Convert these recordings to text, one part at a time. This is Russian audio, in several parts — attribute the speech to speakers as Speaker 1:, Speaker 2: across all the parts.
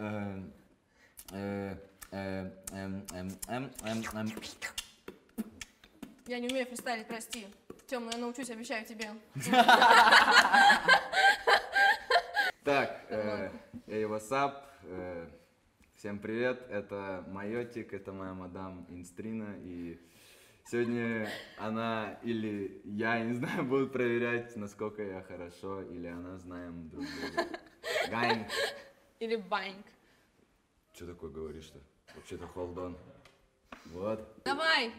Speaker 1: Е, е, е, ем, ем, ем, ем, ем.
Speaker 2: Я не умею фристайлить, прости. Темно, я научусь, обещаю тебе.
Speaker 1: Так, э, эй, васап, всем привет, это Майотик, это моя мадам Инстрина, и сегодня она или я, не знаю, будут проверять, насколько я хорошо, или она знаем друг друга. Гань,
Speaker 2: Или баньк.
Speaker 1: что такое говоришь-то? Вообще-то холдон. Вот.
Speaker 2: Давай!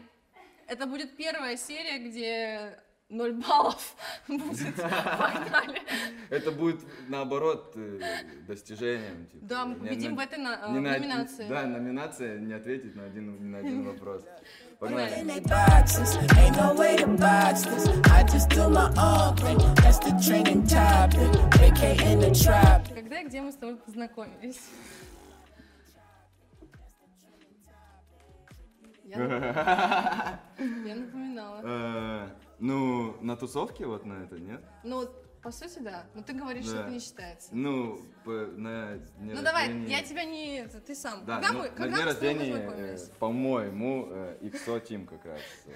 Speaker 2: Это будет первая серия, где ноль баллов будет. Погнали.
Speaker 1: Это будет, наоборот, э, достижением. типа.
Speaker 2: Да, мы
Speaker 1: Не-
Speaker 2: победим
Speaker 1: не-
Speaker 2: в этой на- э,
Speaker 1: не на-
Speaker 2: номинации.
Speaker 1: Да, номинация, не ответить на один, ни на один вопрос. Погнали.
Speaker 2: Погнали.
Speaker 3: Ain't they boxes? Ain't no way to box this. I just do my own thing. That's the training topic. Vacate in the trap.
Speaker 2: Когда и где мы с тобой познакомились? Я, я напоминала.
Speaker 1: Э, Ну, на тусовке вот на это, нет?
Speaker 2: Ну, вот, по сути, да. Но ты говоришь, что
Speaker 1: Да.
Speaker 2: это не считается.
Speaker 1: Ну, п- на дне
Speaker 2: Ну давай,
Speaker 1: рождения-
Speaker 2: я тебя не... это, Ты сам.
Speaker 1: Да,
Speaker 2: когда
Speaker 1: ну,
Speaker 2: мы,
Speaker 1: на
Speaker 2: когда
Speaker 1: дне
Speaker 2: мы с тобой
Speaker 1: рождения, э,
Speaker 2: познакомились?
Speaker 1: по-моему, э, XO Team как раз, э,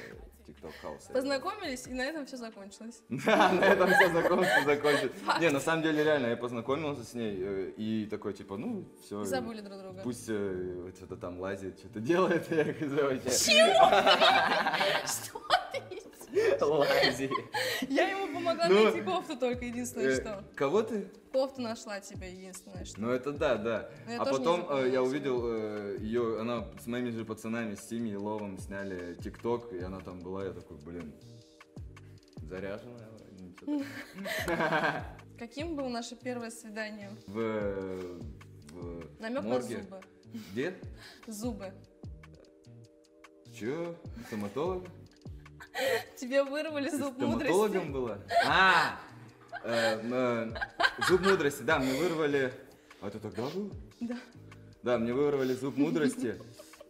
Speaker 1: TikTok House.
Speaker 2: Познакомились, и на этом все закончилось.
Speaker 1: Да, на этом все знакомство закончится. Не, на самом деле, реально, я познакомился с ней э, и такой, типа, ну, все.
Speaker 2: И забыли друг друга.
Speaker 1: Пусть э, вот что-то там лазит, что-то делает, я говорю, вообще
Speaker 2: Что ты?
Speaker 1: лази.
Speaker 2: Я ему помогла
Speaker 1: Ну,
Speaker 2: найти кофту только, единственное
Speaker 1: Э,
Speaker 2: что.
Speaker 1: Кого ты?
Speaker 2: Кофту нашла тебе, единственное что.
Speaker 1: Ну это да, да.
Speaker 2: Ну, я
Speaker 1: а
Speaker 2: тоже не
Speaker 1: потом э, я
Speaker 2: запомнила.
Speaker 1: увидел ее, она с моими же пацанами, с Сими и Ловом сняли ТикТок, и она там была, я такой, блин, заряженная. вроде, ничего так».
Speaker 2: Каким было наше первое свидание?
Speaker 1: В, э, в
Speaker 2: Намек на
Speaker 1: морге.
Speaker 2: зубы.
Speaker 1: Где?
Speaker 2: Зубы.
Speaker 1: Чё? Стоматолог?
Speaker 2: Тебе вырвали
Speaker 1: Ты
Speaker 2: зуб мудрости.
Speaker 1: стоматологом была? А! Э, м, э, Зуб мудрости, да, мне вырвали... А ты тогда был?
Speaker 2: Да.
Speaker 1: Да, мне вырвали зуб мудрости.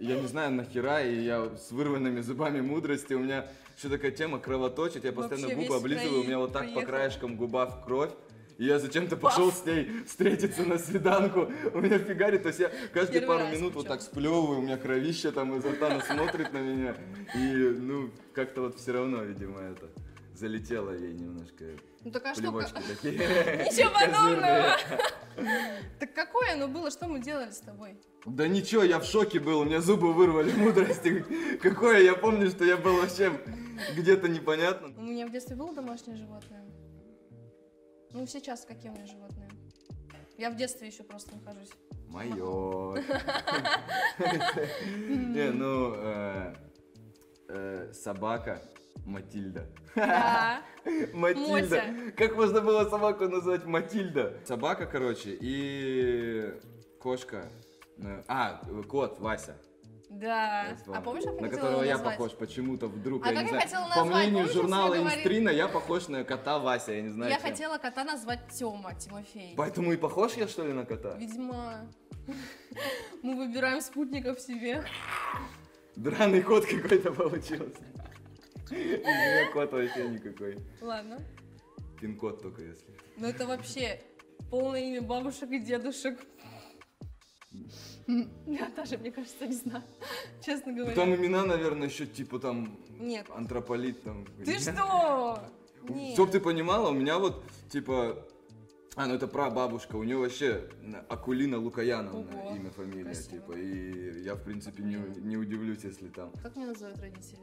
Speaker 1: И Я не знаю нахера, и я с вырванными зубами мудрости, у меня еще такая тема кровоточит, я постоянно
Speaker 2: Вообще
Speaker 1: губы
Speaker 2: весь
Speaker 1: облизываю, у меня вот так по
Speaker 2: проехал.
Speaker 1: краешкам губа в кровь. И я зачем-то пошел с ней встретиться на свиданку. У меня фигарит, то есть я каждые
Speaker 2: Первый
Speaker 1: пару
Speaker 2: раз
Speaker 1: минут вот
Speaker 2: причем.
Speaker 1: так сплевываю, у меня кровище там изо рта она смотрит на меня. И ну, как-то вот все равно, видимо, это залетело ей немножко.
Speaker 2: Ну такая штука.
Speaker 1: Плевочки такие.
Speaker 2: Ничего подобного.
Speaker 1: козырные.
Speaker 2: Так какое оно было? Что мы делали с тобой?
Speaker 1: Да ничего, я в шоке был, у меня зубы вырвали мудрости. Какое, я помню, что я был вообще где-то непонятно.
Speaker 2: У меня в детстве было домашнее животное. Ну, сейчас какие у меня животные? Я в детстве еще просто нахожусь.
Speaker 1: Мое. Не, ну, э, э, собака Матильда.
Speaker 2: Да.
Speaker 1: Матильда.
Speaker 2: Мося.
Speaker 1: Как можно было собаку назвать Матильда? Собака, короче, и кошка. Э, А, кот, Вася. Я
Speaker 2: Да.
Speaker 1: вспомнил.
Speaker 2: А помнишь, как я
Speaker 1: на
Speaker 2: хотела
Speaker 1: которого
Speaker 2: его
Speaker 1: я
Speaker 2: назвать?
Speaker 1: похож почему-то вдруг,
Speaker 2: А
Speaker 1: я
Speaker 2: как
Speaker 1: не
Speaker 2: я
Speaker 1: знаю.
Speaker 2: хотела
Speaker 1: По
Speaker 2: назвать?
Speaker 1: мнению
Speaker 2: Помнишь, что я
Speaker 1: журнала
Speaker 2: говорила?
Speaker 1: Инстрина, я похож на кота Вася, я не знаю
Speaker 2: Я
Speaker 1: чем.
Speaker 2: хотела кота назвать Тёма, Тимофей.
Speaker 1: Поэтому и похож я, что ли, на кота?
Speaker 2: Видимо, мы выбираем спутников себе.
Speaker 1: Драный кот какой-то получился. Из меня кот вообще никакой.
Speaker 2: Ладно.
Speaker 1: Пин-код только если.
Speaker 2: Но это вообще полное имя бабушек и дедушек. М, Я даже, мне кажется, не знаю. Честно
Speaker 1: Ну,
Speaker 2: говоря.
Speaker 1: Там имена, наверное, еще типа там...
Speaker 2: Нет.
Speaker 1: Антрополит там.
Speaker 2: Ты что? Нет.
Speaker 1: Чтоб ты понимала, у меня вот типа... А, ну это прабабушка, у нее вообще м, Акулина Лукаяновна
Speaker 2: Ого,
Speaker 1: имя, фамилия,
Speaker 2: красиво.
Speaker 1: типа, и я, в принципе, не, у- не удивлюсь, если там...
Speaker 2: Как меня называют родители?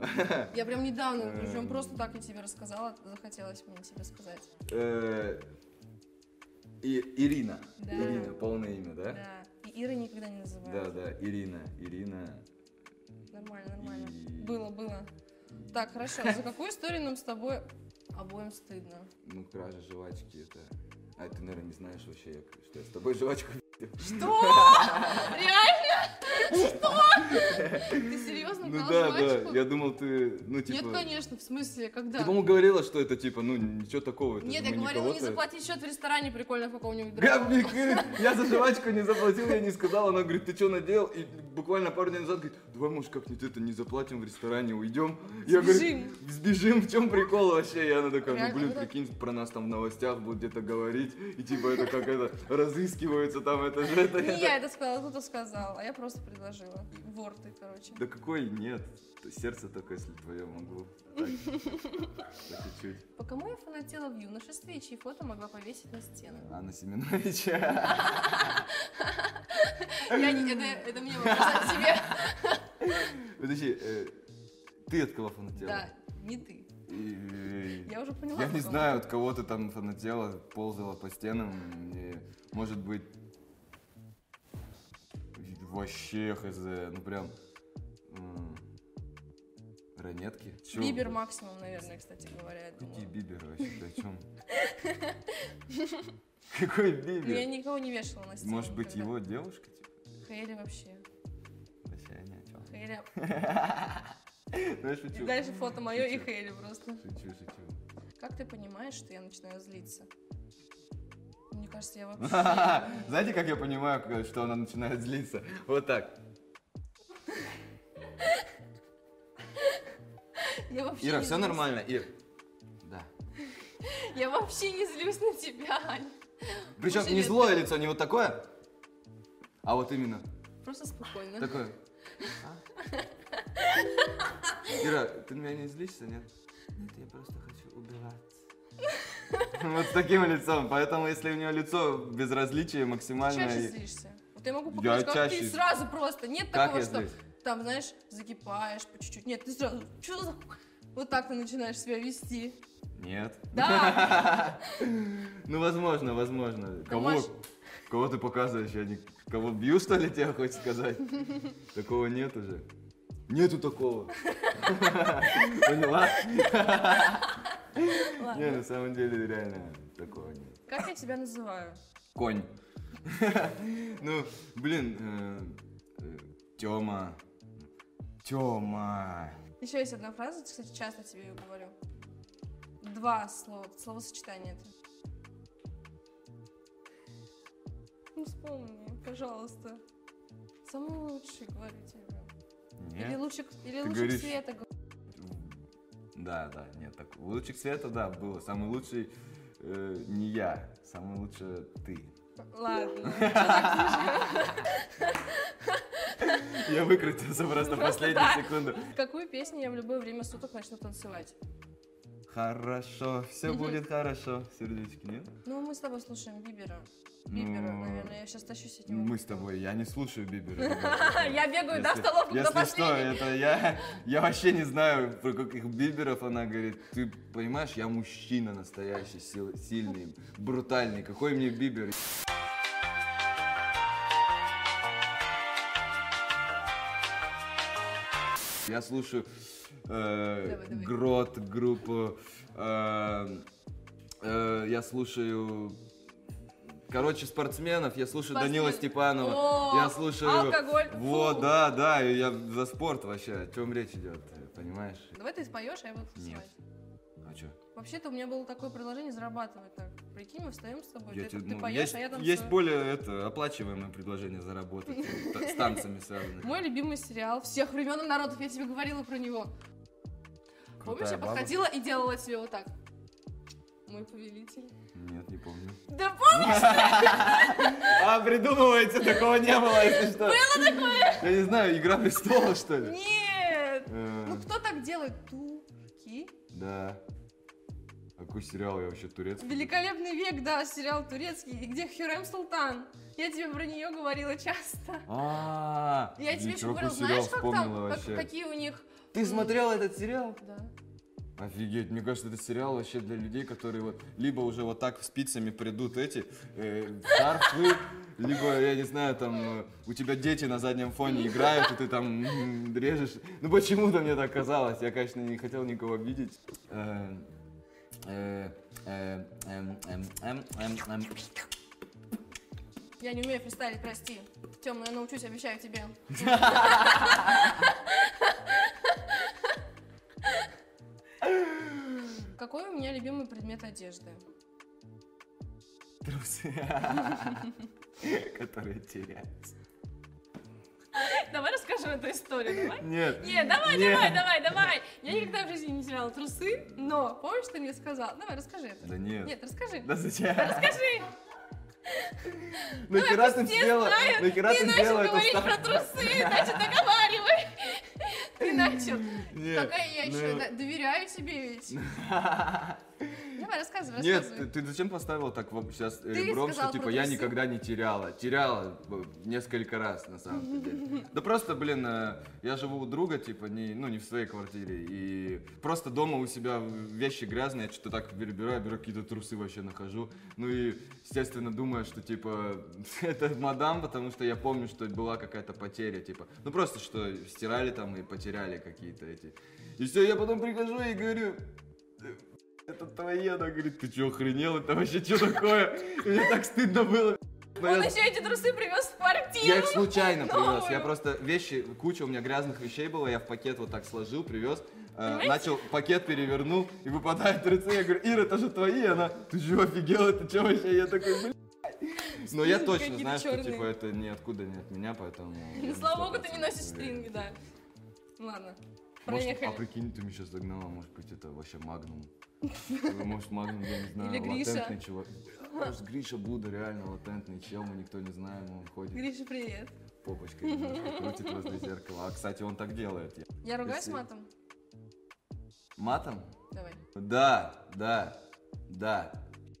Speaker 1: э,
Speaker 2: Я прям недавно,
Speaker 1: Эм.
Speaker 2: причем просто так я тебе рассказала, захотелось мне тебе сказать.
Speaker 1: э, И- Ирина.
Speaker 2: Да.
Speaker 1: Ирина, полное имя, да?
Speaker 2: Да. И Ира никогда не называют.
Speaker 1: Да, да, Ирина, Ирина.
Speaker 2: Нормально, нормально.
Speaker 1: И-
Speaker 2: Было, было. Так, хорошо. За какую историю нам с тобой обоим стыдно?
Speaker 1: Ну, кража жвачки, это... А ты, наверное, не знаешь вообще, я- что я с тобой жвачку
Speaker 2: Что? Реально? Ты серьезно
Speaker 1: Ну
Speaker 2: брал
Speaker 1: да, да.
Speaker 2: жвачку?
Speaker 1: Я думал, ты, ну типа...
Speaker 2: Нет, конечно, в смысле, когда?
Speaker 1: Ты, по-моему, говорила, что это типа, ну ничего такого. это
Speaker 2: Нет,
Speaker 1: же
Speaker 2: я
Speaker 1: мы не
Speaker 2: говорила не
Speaker 1: кого-то-
Speaker 2: заплатить счет в ресторане прикольно в каком-нибудь другом.
Speaker 1: Гавник, говорит, я за жвачку не заплатил, я не сказал, она говорит, ты что наделал? И буквально пару дней назад говорит, давай, может, как-нибудь это не заплатим в ресторане, уйдем. Я говорю,
Speaker 2: Сбежим.
Speaker 1: сбежим, в чем прикол вообще? И она такая, ну,
Speaker 2: Реально,
Speaker 1: блин,
Speaker 2: вот так.
Speaker 1: прикинь, про нас там в новостях будут где-то говорить, и типа это как это, разыскиваются там, это же это.
Speaker 2: Не
Speaker 1: это».
Speaker 2: я это сказала, кто-то сказал, а я просто предложила. Вор ты, короче.
Speaker 1: Да какой нет, сердце только, если твое могу. Так, так чуть-чуть.
Speaker 2: По кому я фанатела в юношестве и чьи фото могла повесить на стену?
Speaker 1: Анна А Семеновича.
Speaker 2: Я не, это, это мне вопрос от тебя.
Speaker 1: Подожди, э, ты от кого фанатела?
Speaker 2: Да, не ты.
Speaker 1: И-
Speaker 2: Я уже поняла.
Speaker 1: Я
Speaker 2: по
Speaker 1: не
Speaker 2: кому.
Speaker 1: знаю, от кого ты там фанатела, ползала по стенам. и, может быть, вообще хз, ну прям... м, Ранетки? Чё?
Speaker 2: Бибер максимум, наверное, кстати говоря, я
Speaker 1: Какие
Speaker 2: думаю.
Speaker 1: биберы вообще? Ты о чем? Какой
Speaker 2: Ну, я
Speaker 1: бибер?
Speaker 2: никого не вешала на стену.
Speaker 1: Может быть,
Speaker 2: никогда.
Speaker 1: его девушка? типа?
Speaker 2: Хейли вообще.
Speaker 1: Вообще ни о чем.
Speaker 2: Хейли.
Speaker 1: Ну, я
Speaker 2: И
Speaker 1: шучу.
Speaker 2: дальше фото мое и
Speaker 1: Шучу.
Speaker 2: Хейли просто.
Speaker 1: Шучу, шучу.
Speaker 2: Как ты понимаешь, что я начинаю злиться? Мне кажется, я вообще...
Speaker 1: Знаете, как я понимаю, к- что она начинает злиться? Вот так.
Speaker 2: Я вообще
Speaker 1: Ира,
Speaker 2: не
Speaker 1: все
Speaker 2: злюсь.
Speaker 1: нормально, Ир. Да.
Speaker 2: Я вообще не злюсь на тебя, Ань.
Speaker 1: Причем
Speaker 2: Очень
Speaker 1: не
Speaker 2: редко.
Speaker 1: злое лицо, не вот такое, а вот именно
Speaker 2: Просто спокойно.
Speaker 1: такое. А? Ира, ты на меня не злишься, нет? Нет, я просто хочу убивать. Вот с таким лицом. Поэтому, если у нее лицо безразличие
Speaker 2: Ты
Speaker 1: максимально...
Speaker 2: чаще
Speaker 1: и-
Speaker 2: злишься. Вот я могу
Speaker 1: Я
Speaker 2: показать, как ты
Speaker 1: чаще-
Speaker 2: сразу просто. Нет
Speaker 1: Как
Speaker 2: такого,
Speaker 1: я
Speaker 2: что
Speaker 1: злюсь?
Speaker 2: там, знаешь, закипаешь по чуть-чуть. Нет, ты сразу, что за... ху-?» Вот так ты начинаешь себя вести.
Speaker 1: Нет.
Speaker 2: Да, Ну,
Speaker 1: Ну, возможно, возможно. Кого,
Speaker 2: Маш-
Speaker 1: кого ты показываешь? Я не... Кого бью, что ли, тебе хочешь сказать? Такого нет уже. Нету такого. Поняла? Не,
Speaker 2: ладно.
Speaker 1: на самом деле реально такого нет.
Speaker 2: Как я тебя называю?
Speaker 1: Конь. Ну, блин, э, э, Тёма. Тёма.
Speaker 2: Еще есть одна фраза, кстати, часто тебе ее говорю. Два слова, словосочетания это. Ну, вспомни, пожалуйста. Самый лучший, говорю тебе. Или
Speaker 1: Нет?
Speaker 2: лучик, или
Speaker 1: Ты
Speaker 2: лучик
Speaker 1: говоришь-
Speaker 2: света. г-
Speaker 1: Да, да, нет. Так, лучик света, да, было. Самый лучший э, не я, самый лучший ты.
Speaker 2: Ладно.
Speaker 1: Я выкрутился просто в
Speaker 2: Просто
Speaker 1: последнюю
Speaker 2: так.
Speaker 1: секунду.
Speaker 2: Какую песню я в любое время суток начну танцевать?
Speaker 1: Хорошо, все
Speaker 2: Мгм.
Speaker 1: будет хорошо. Сердечки, нет?
Speaker 2: Ну, мы с тобой слушаем Бибера. Бибера,
Speaker 1: Ну,
Speaker 2: наверное, я сейчас тащусь от него.
Speaker 1: Мы с тобой, я не слушаю Бибера. ребята.
Speaker 2: Я бегаю, да, в
Speaker 1: Если-
Speaker 2: столовку Ну до
Speaker 1: Если что,
Speaker 2: последней.
Speaker 1: это я, я вообще не знаю, про каких биберов она говорит. Ты понимаешь, я мужчина настоящий, сил- сильный, брутальный. Какой мне бибер? Я слушаю э,
Speaker 2: Давай, давай.
Speaker 1: Грот, группу. э, э, я слушаю... Короче, спортсменов. Я слушаю Данила
Speaker 2: Спортсмен.
Speaker 1: Степанова.
Speaker 2: О,
Speaker 1: я слушаю...
Speaker 2: алкоголь.
Speaker 1: Вот,
Speaker 2: Фу.
Speaker 1: да, да, и я за спорт вообще. О чем речь идет, понимаешь?
Speaker 2: Давай ты споешь, а я буду
Speaker 1: Нет.
Speaker 2: танцевать.
Speaker 1: А чё?
Speaker 2: Вообще-то у меня было такое предложение зарабатывать так. Прикинь, мы встаем с тобой,
Speaker 1: Я
Speaker 2: ты,
Speaker 1: тебе-
Speaker 2: ты
Speaker 1: ну,
Speaker 2: поешь,
Speaker 1: есть,
Speaker 2: а я танцую.
Speaker 1: есть более это, оплачиваемое предложение заработать э, та- с танцами связанное.
Speaker 2: Мой любимый сериал всех времен и народов, я тебе говорила про него. Помнишь,
Speaker 1: Крутая
Speaker 2: я
Speaker 1: баба?
Speaker 2: подходила и делала тебе вот так. Мой повелитель.
Speaker 1: Нет, не помню.
Speaker 2: Да помнишь?
Speaker 1: А, придумываете, такого не было, если что. Было такое? Я не знаю, Игра Престолов, что ли?
Speaker 2: Нет!
Speaker 1: Э,
Speaker 2: Ну кто так делает? Турки?
Speaker 1: Да. А какой сериал я вообще турецкий?
Speaker 2: Великолепный век, да, сериал турецкий, и где Хюрем Султан. Я тебе про нее говорила часто.
Speaker 1: А,
Speaker 2: Я тебе еще
Speaker 1: ничего,
Speaker 2: говорила,
Speaker 1: какой сериал
Speaker 2: знаешь, как
Speaker 1: вспомнила
Speaker 2: там, как-
Speaker 1: вообще.
Speaker 2: какие у них...
Speaker 1: Ты смотрела этот сериал?
Speaker 2: Да.
Speaker 1: Офигеть, мне кажется, это сериал вообще для людей, которые вот либо уже вот так спицами придут эти э, шарфы, либо, я не знаю, там э, у тебя дети на заднем фоне играют, и ты там м, режешь. Ну почему-то мне так казалось, я, конечно, не хотел никого обидеть. Э, э, э, эм, эм, эм, эм, эм.
Speaker 2: Я не умею фристайлить, прости. Тем, я научусь, обещаю тебе. Какой у меня любимый предмет одежды?
Speaker 1: Трусы. Которые теряются.
Speaker 4: Давай расскажем эту историю, давай.
Speaker 1: Нет.
Speaker 4: Нет, давай,
Speaker 1: Нет.
Speaker 4: давай, давай, давай. Я никогда в жизни не теряла трусы, но помнишь, ты мне сказал? Давай, расскажи это.
Speaker 1: Да нет.
Speaker 4: Нет, расскажи.
Speaker 1: Да зачем?
Speaker 4: Расскажи.
Speaker 1: Нахера ты
Speaker 4: Все
Speaker 1: сделала?
Speaker 4: знают,
Speaker 1: Нахера
Speaker 4: ты
Speaker 1: ты
Speaker 4: начал
Speaker 1: сделала
Speaker 4: говорить
Speaker 1: это
Speaker 4: про трусы, значит, договаривай. Ты начал.
Speaker 1: Нет. ну
Speaker 2: Какая я еще да- доверяю тебе ведь. Давай, рассказывай,
Speaker 1: Нет,
Speaker 2: рассказывай.
Speaker 1: ты, ты зачем поставила так вот сейчас
Speaker 2: Ты
Speaker 1: ребром, что
Speaker 2: сказал
Speaker 1: типа
Speaker 2: про
Speaker 1: я
Speaker 2: трусы.
Speaker 1: никогда не теряла? Теряла б, несколько раз на самом деле. Да просто, блин, э, я живу у друга, типа, не, ну не в своей квартире. И просто дома у себя вещи грязные, я что-то так перебираю, беру какие-то трусы вообще нахожу. Ну и, естественно, думаю, что типа это мадам, потому что я помню, что была какая-то потеря, типа. Ну просто что стирали там и потеряли какие-то эти. И все, я потом прихожу и говорю, это твои, она говорит, ты чё охренел, это вообще что такое? И Мне так стыдно было. Но
Speaker 4: Он
Speaker 1: я-
Speaker 4: еще эти трусы привез в квартиру.
Speaker 1: я их случайно привез. Я
Speaker 4: новую.
Speaker 1: просто вещи, куча у меня грязных вещей было, я в пакет вот так сложил, привез. э,
Speaker 4: Понимаете?
Speaker 1: начал пакет перевернул и выпадает трусы. Я говорю, Ира, это же твои. И Она, ты чего офигела, это что вообще? Я такой, блин. Но я
Speaker 4: Стринги
Speaker 1: точно
Speaker 4: какие-то
Speaker 1: знаю, что
Speaker 4: чёрные.
Speaker 1: типа это ниоткуда не от меня, поэтому.
Speaker 4: Ну, слава богу, ты не носишь стринги, да. Ладно,
Speaker 1: Может, а
Speaker 4: проехали.
Speaker 1: прикинь, ты меня сейчас догнала, может быть, это вообще Магнум. Э, Может, Магнум, я не знаю,
Speaker 4: Или Гриша.
Speaker 1: латентный чувак. Может, Гриша Буда реально латентный чел, мы никто не знаем, он ходит
Speaker 4: Гриша, привет.
Speaker 1: попочкой, немножко крутит возле зеркала. А, кстати, он так делает. Я-
Speaker 2: Я ругаюсь
Speaker 1: Если-
Speaker 2: матом?
Speaker 1: Матом?
Speaker 2: Давай. Ну,
Speaker 1: Да, да, да.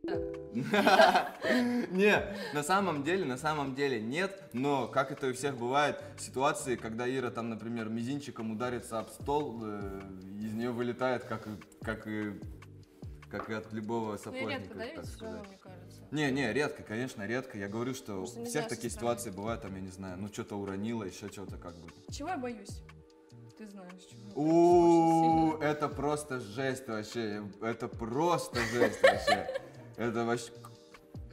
Speaker 1: Не, на самом деле, на самом деле нет, но как это у всех бывает, ситуации, когда Ира там, например, мизинчиком ударится об стол, э, из нее вылетает, как, и- как и как и от любого
Speaker 2: Ну я
Speaker 1: сапожника,
Speaker 2: редко, да,
Speaker 1: так
Speaker 2: ведь всё
Speaker 1: сказать.
Speaker 2: равно, мне кажется.
Speaker 1: Не, не, редко, конечно, редко. Я говорю, что у
Speaker 2: Просто нельзя
Speaker 1: всех такие
Speaker 2: сравнивать.
Speaker 1: ситуации бывают, там, я не знаю, ну что-то уронила, еще что-то как бы.
Speaker 2: Чего я боюсь? Ты знаешь, чего. я
Speaker 1: У,
Speaker 2: боюсь.
Speaker 1: это просто жесть вообще. Это просто жесть вообще. Это вообще...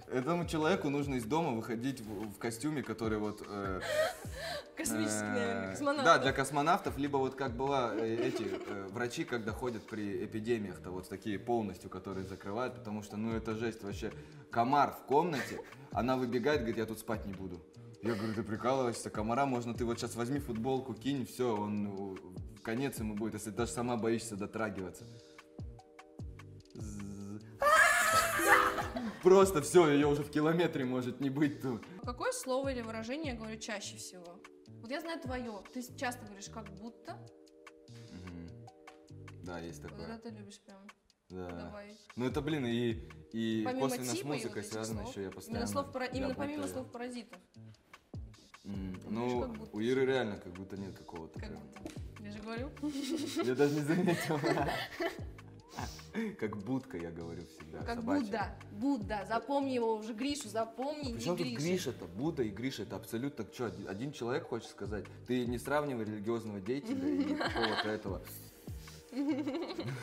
Speaker 1: Этому человеку нужно из дома выходить в, в костюме, который вот... э,
Speaker 4: Космический, наверное,
Speaker 1: э,
Speaker 4: космонавт.
Speaker 1: Да, для космонавтов, либо вот как была э, эти э, врачи, когда ходят при эпидемиях-то, вот такие полностью, которые закрывают, потому что, ну, это жесть вообще. Комар в комнате, она выбегает, говорит, я тут спать не буду. Я говорю, ты прикалываешься, комара можно, ты вот сейчас возьми футболку, кинь, все, он ну, конец ему будет, если ты даже сама боишься дотрагиваться. З- Просто все, ее уже в километре может не быть тут.
Speaker 2: Какое слово или выражение я говорю чаще всего? Вот я знаю твое. Ты часто говоришь как будто.
Speaker 1: Мгм. Да, есть
Speaker 2: Вот это
Speaker 1: такое.
Speaker 2: ты любишь прям
Speaker 1: Да.
Speaker 2: добавить.
Speaker 1: Ну это, блин, и, и
Speaker 2: Помимо
Speaker 1: косвенно с
Speaker 2: типа и
Speaker 1: музыкой
Speaker 2: вот этих
Speaker 1: связано
Speaker 2: слов,
Speaker 1: еще, я
Speaker 2: Именно,
Speaker 1: постоянно
Speaker 2: слов пара- именно помимо
Speaker 1: работаю.
Speaker 2: слов паразитов.
Speaker 1: М,
Speaker 2: Видишь,
Speaker 1: Ну,
Speaker 2: как будто.
Speaker 1: у Иры реально как будто нет какого-то
Speaker 2: Как
Speaker 1: прям.
Speaker 2: будто. Я же говорю.
Speaker 1: Я даже не заметил. Как будка, я говорю всегда,
Speaker 2: Как
Speaker 1: собачья.
Speaker 2: Будда. Будда. Запомни его уже, Гришу, запомни, не
Speaker 1: Причем тут
Speaker 2: Гриша.
Speaker 1: Гриша-то, Будда и Гриша, это абсолютно что, один один человек хочет сказать? Ты не сравнивай религиозного деятеля и какого-то этого.
Speaker 2: Ну,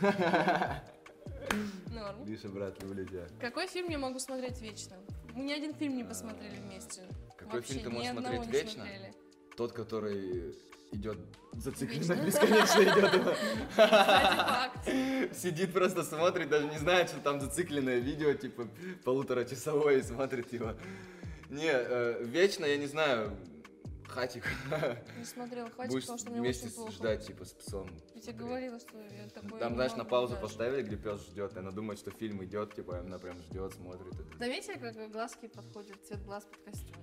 Speaker 2: Норм.
Speaker 1: Гриша, брат, люблю тебя.
Speaker 2: Какой фильм я могу смотреть вечно? Мы ни один фильм не посмотрели вместе.
Speaker 1: Какой
Speaker 2: Вообще,
Speaker 1: фильм ты можешь
Speaker 2: ни одного
Speaker 1: смотреть
Speaker 2: не
Speaker 1: вечно?
Speaker 2: смотрели.
Speaker 1: Тот, который идет зацикленно,
Speaker 2: Вечно.
Speaker 1: бесконечно идет.
Speaker 2: Кстати, факт.
Speaker 1: Сидит просто смотрит, даже не знает, что там зацикленное видео, типа полуторачасовое, и смотрит его. Не, э, вечно, я не знаю, хатик.
Speaker 2: Не смотрела, хватит,
Speaker 1: Будешь
Speaker 2: потому что мне
Speaker 1: вместе
Speaker 2: очень плохо.
Speaker 1: ждать, типа, с псом.
Speaker 2: Я тебе
Speaker 1: смотреть.
Speaker 2: говорила, что я такое
Speaker 1: Там,
Speaker 2: не
Speaker 1: знаешь, на
Speaker 2: могу
Speaker 1: паузу
Speaker 2: даже.
Speaker 1: поставили, где пес ждет, и она думает, что фильм идет, типа, она прям ждет, смотрит. это-
Speaker 2: Заметили, как глазки подходят, цвет глаз под костюм?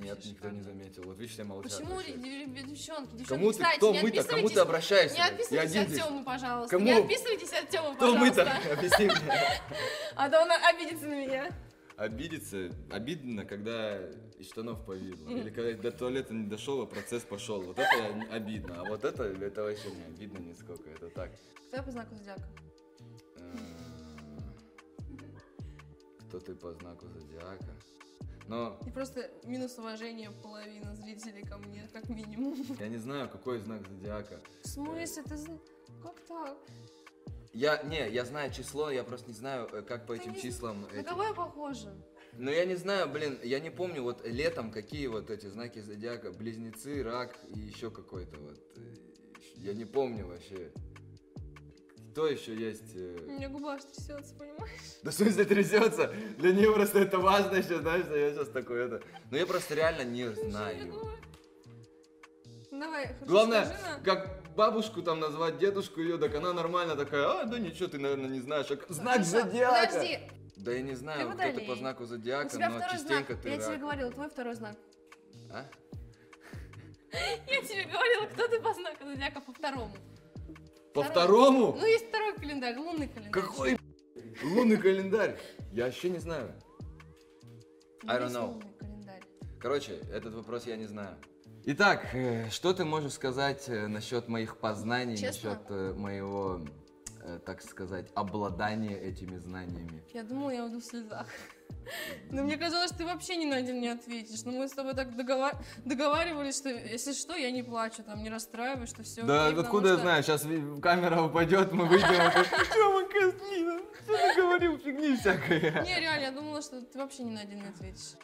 Speaker 1: Нет,
Speaker 2: вообще
Speaker 1: никто не
Speaker 2: шикарно.
Speaker 1: заметил. Вот видишь, все молчат.
Speaker 2: Почему
Speaker 1: вообще.
Speaker 2: ре- девчонки, девчонки,
Speaker 1: Кому ты,
Speaker 2: кстати,
Speaker 1: кто
Speaker 2: не
Speaker 1: мы-то, кому
Speaker 2: отписывайтесь-
Speaker 1: ты обращаешься?
Speaker 2: Не
Speaker 1: Я
Speaker 2: отписывайтесь
Speaker 1: один
Speaker 2: от
Speaker 1: здесь.
Speaker 2: Тёмы, пожалуйста.
Speaker 1: Кому?
Speaker 2: Не отписывайтесь от Тёмы,
Speaker 1: Кто мы-то?
Speaker 2: пожалуйста.
Speaker 1: Объясни мне.
Speaker 2: А то он обидится на меня.
Speaker 1: Обидеться, обидно, когда из штанов повидло. Или когда до туалета не дошел, а процесс пошел. Вот это обидно. А вот это, это вообще не обидно нисколько. Это так.
Speaker 2: Кто я по знаку зодиака?
Speaker 1: Эм, Кто ты по знаку зодиака? Но
Speaker 2: И просто минус уважения половина зрителей ко мне, как минимум.
Speaker 1: я не знаю, какой знак зодиака.
Speaker 2: В смысле? Ты зн- как так?
Speaker 1: Я, не, я знаю число, я просто не знаю, э, как по
Speaker 2: Ты
Speaker 1: этим
Speaker 2: не- Ну,
Speaker 1: числам...
Speaker 2: На
Speaker 1: эти-
Speaker 2: кого я похожа?
Speaker 1: Ну я не знаю, блин, я не помню, вот летом какие вот эти знаки зодиака, близнецы, рак и еще какой-то вот. э, Я не помню вообще. Кто еще есть?
Speaker 2: У
Speaker 1: э?
Speaker 2: меня губа аж трясется, понимаешь?
Speaker 1: Да в смысле трясется? Для нее просто это важно еще, знаешь, что я сейчас такой это. Ну я просто реально не знаю.
Speaker 2: Губа. Давай, хорошо,
Speaker 1: Главное,
Speaker 2: скажи на-
Speaker 1: как бабушку там назвать, дедушку ее, так она нормально такая, а, да ничего, ты, наверное, не знаешь. А к- Знак
Speaker 5: Хорошо,
Speaker 1: зодиака!
Speaker 5: Подожди,
Speaker 1: Да я не знаю,
Speaker 2: Ты
Speaker 1: кто ты по
Speaker 2: водолей.
Speaker 1: знаку
Speaker 5: у
Speaker 1: зодиака,
Speaker 5: тебя
Speaker 1: но
Speaker 5: второй знак.
Speaker 1: частенько ты
Speaker 5: Я тебе
Speaker 1: рак.
Speaker 5: говорила, твой второй знак.
Speaker 1: А?
Speaker 2: Я тебе говорила, кто ты по знаку зодиака по второму.
Speaker 1: По
Speaker 5: Второй.
Speaker 1: второму?
Speaker 2: Ну, есть второй календарь, лунный календарь.
Speaker 1: Какой лунный календарь? Я вообще не знаю. I don't
Speaker 5: Есть
Speaker 1: know.
Speaker 5: лунный календарь.
Speaker 1: Короче, этот вопрос я не знаю. Итак, э, что ты можешь сказать э, насчет моих познаний,
Speaker 5: Честно?
Speaker 1: насчет э, моего, э, так сказать, обладания этими знаниями?
Speaker 2: Я думала, я уйду в слезах. Но мне казалось, ты вообще ни на один не ответишь. Но мы с тобой так договар- договаривались, что если что, я не плачу, там не расстраиваюсь, Ну, что все.
Speaker 1: Да откуда я знаю, сейчас камера упадет, мы выйдем, что ты говорил, фигни всякой.
Speaker 2: Не, реально, я думала, что ты вообще ни на один не ответишь.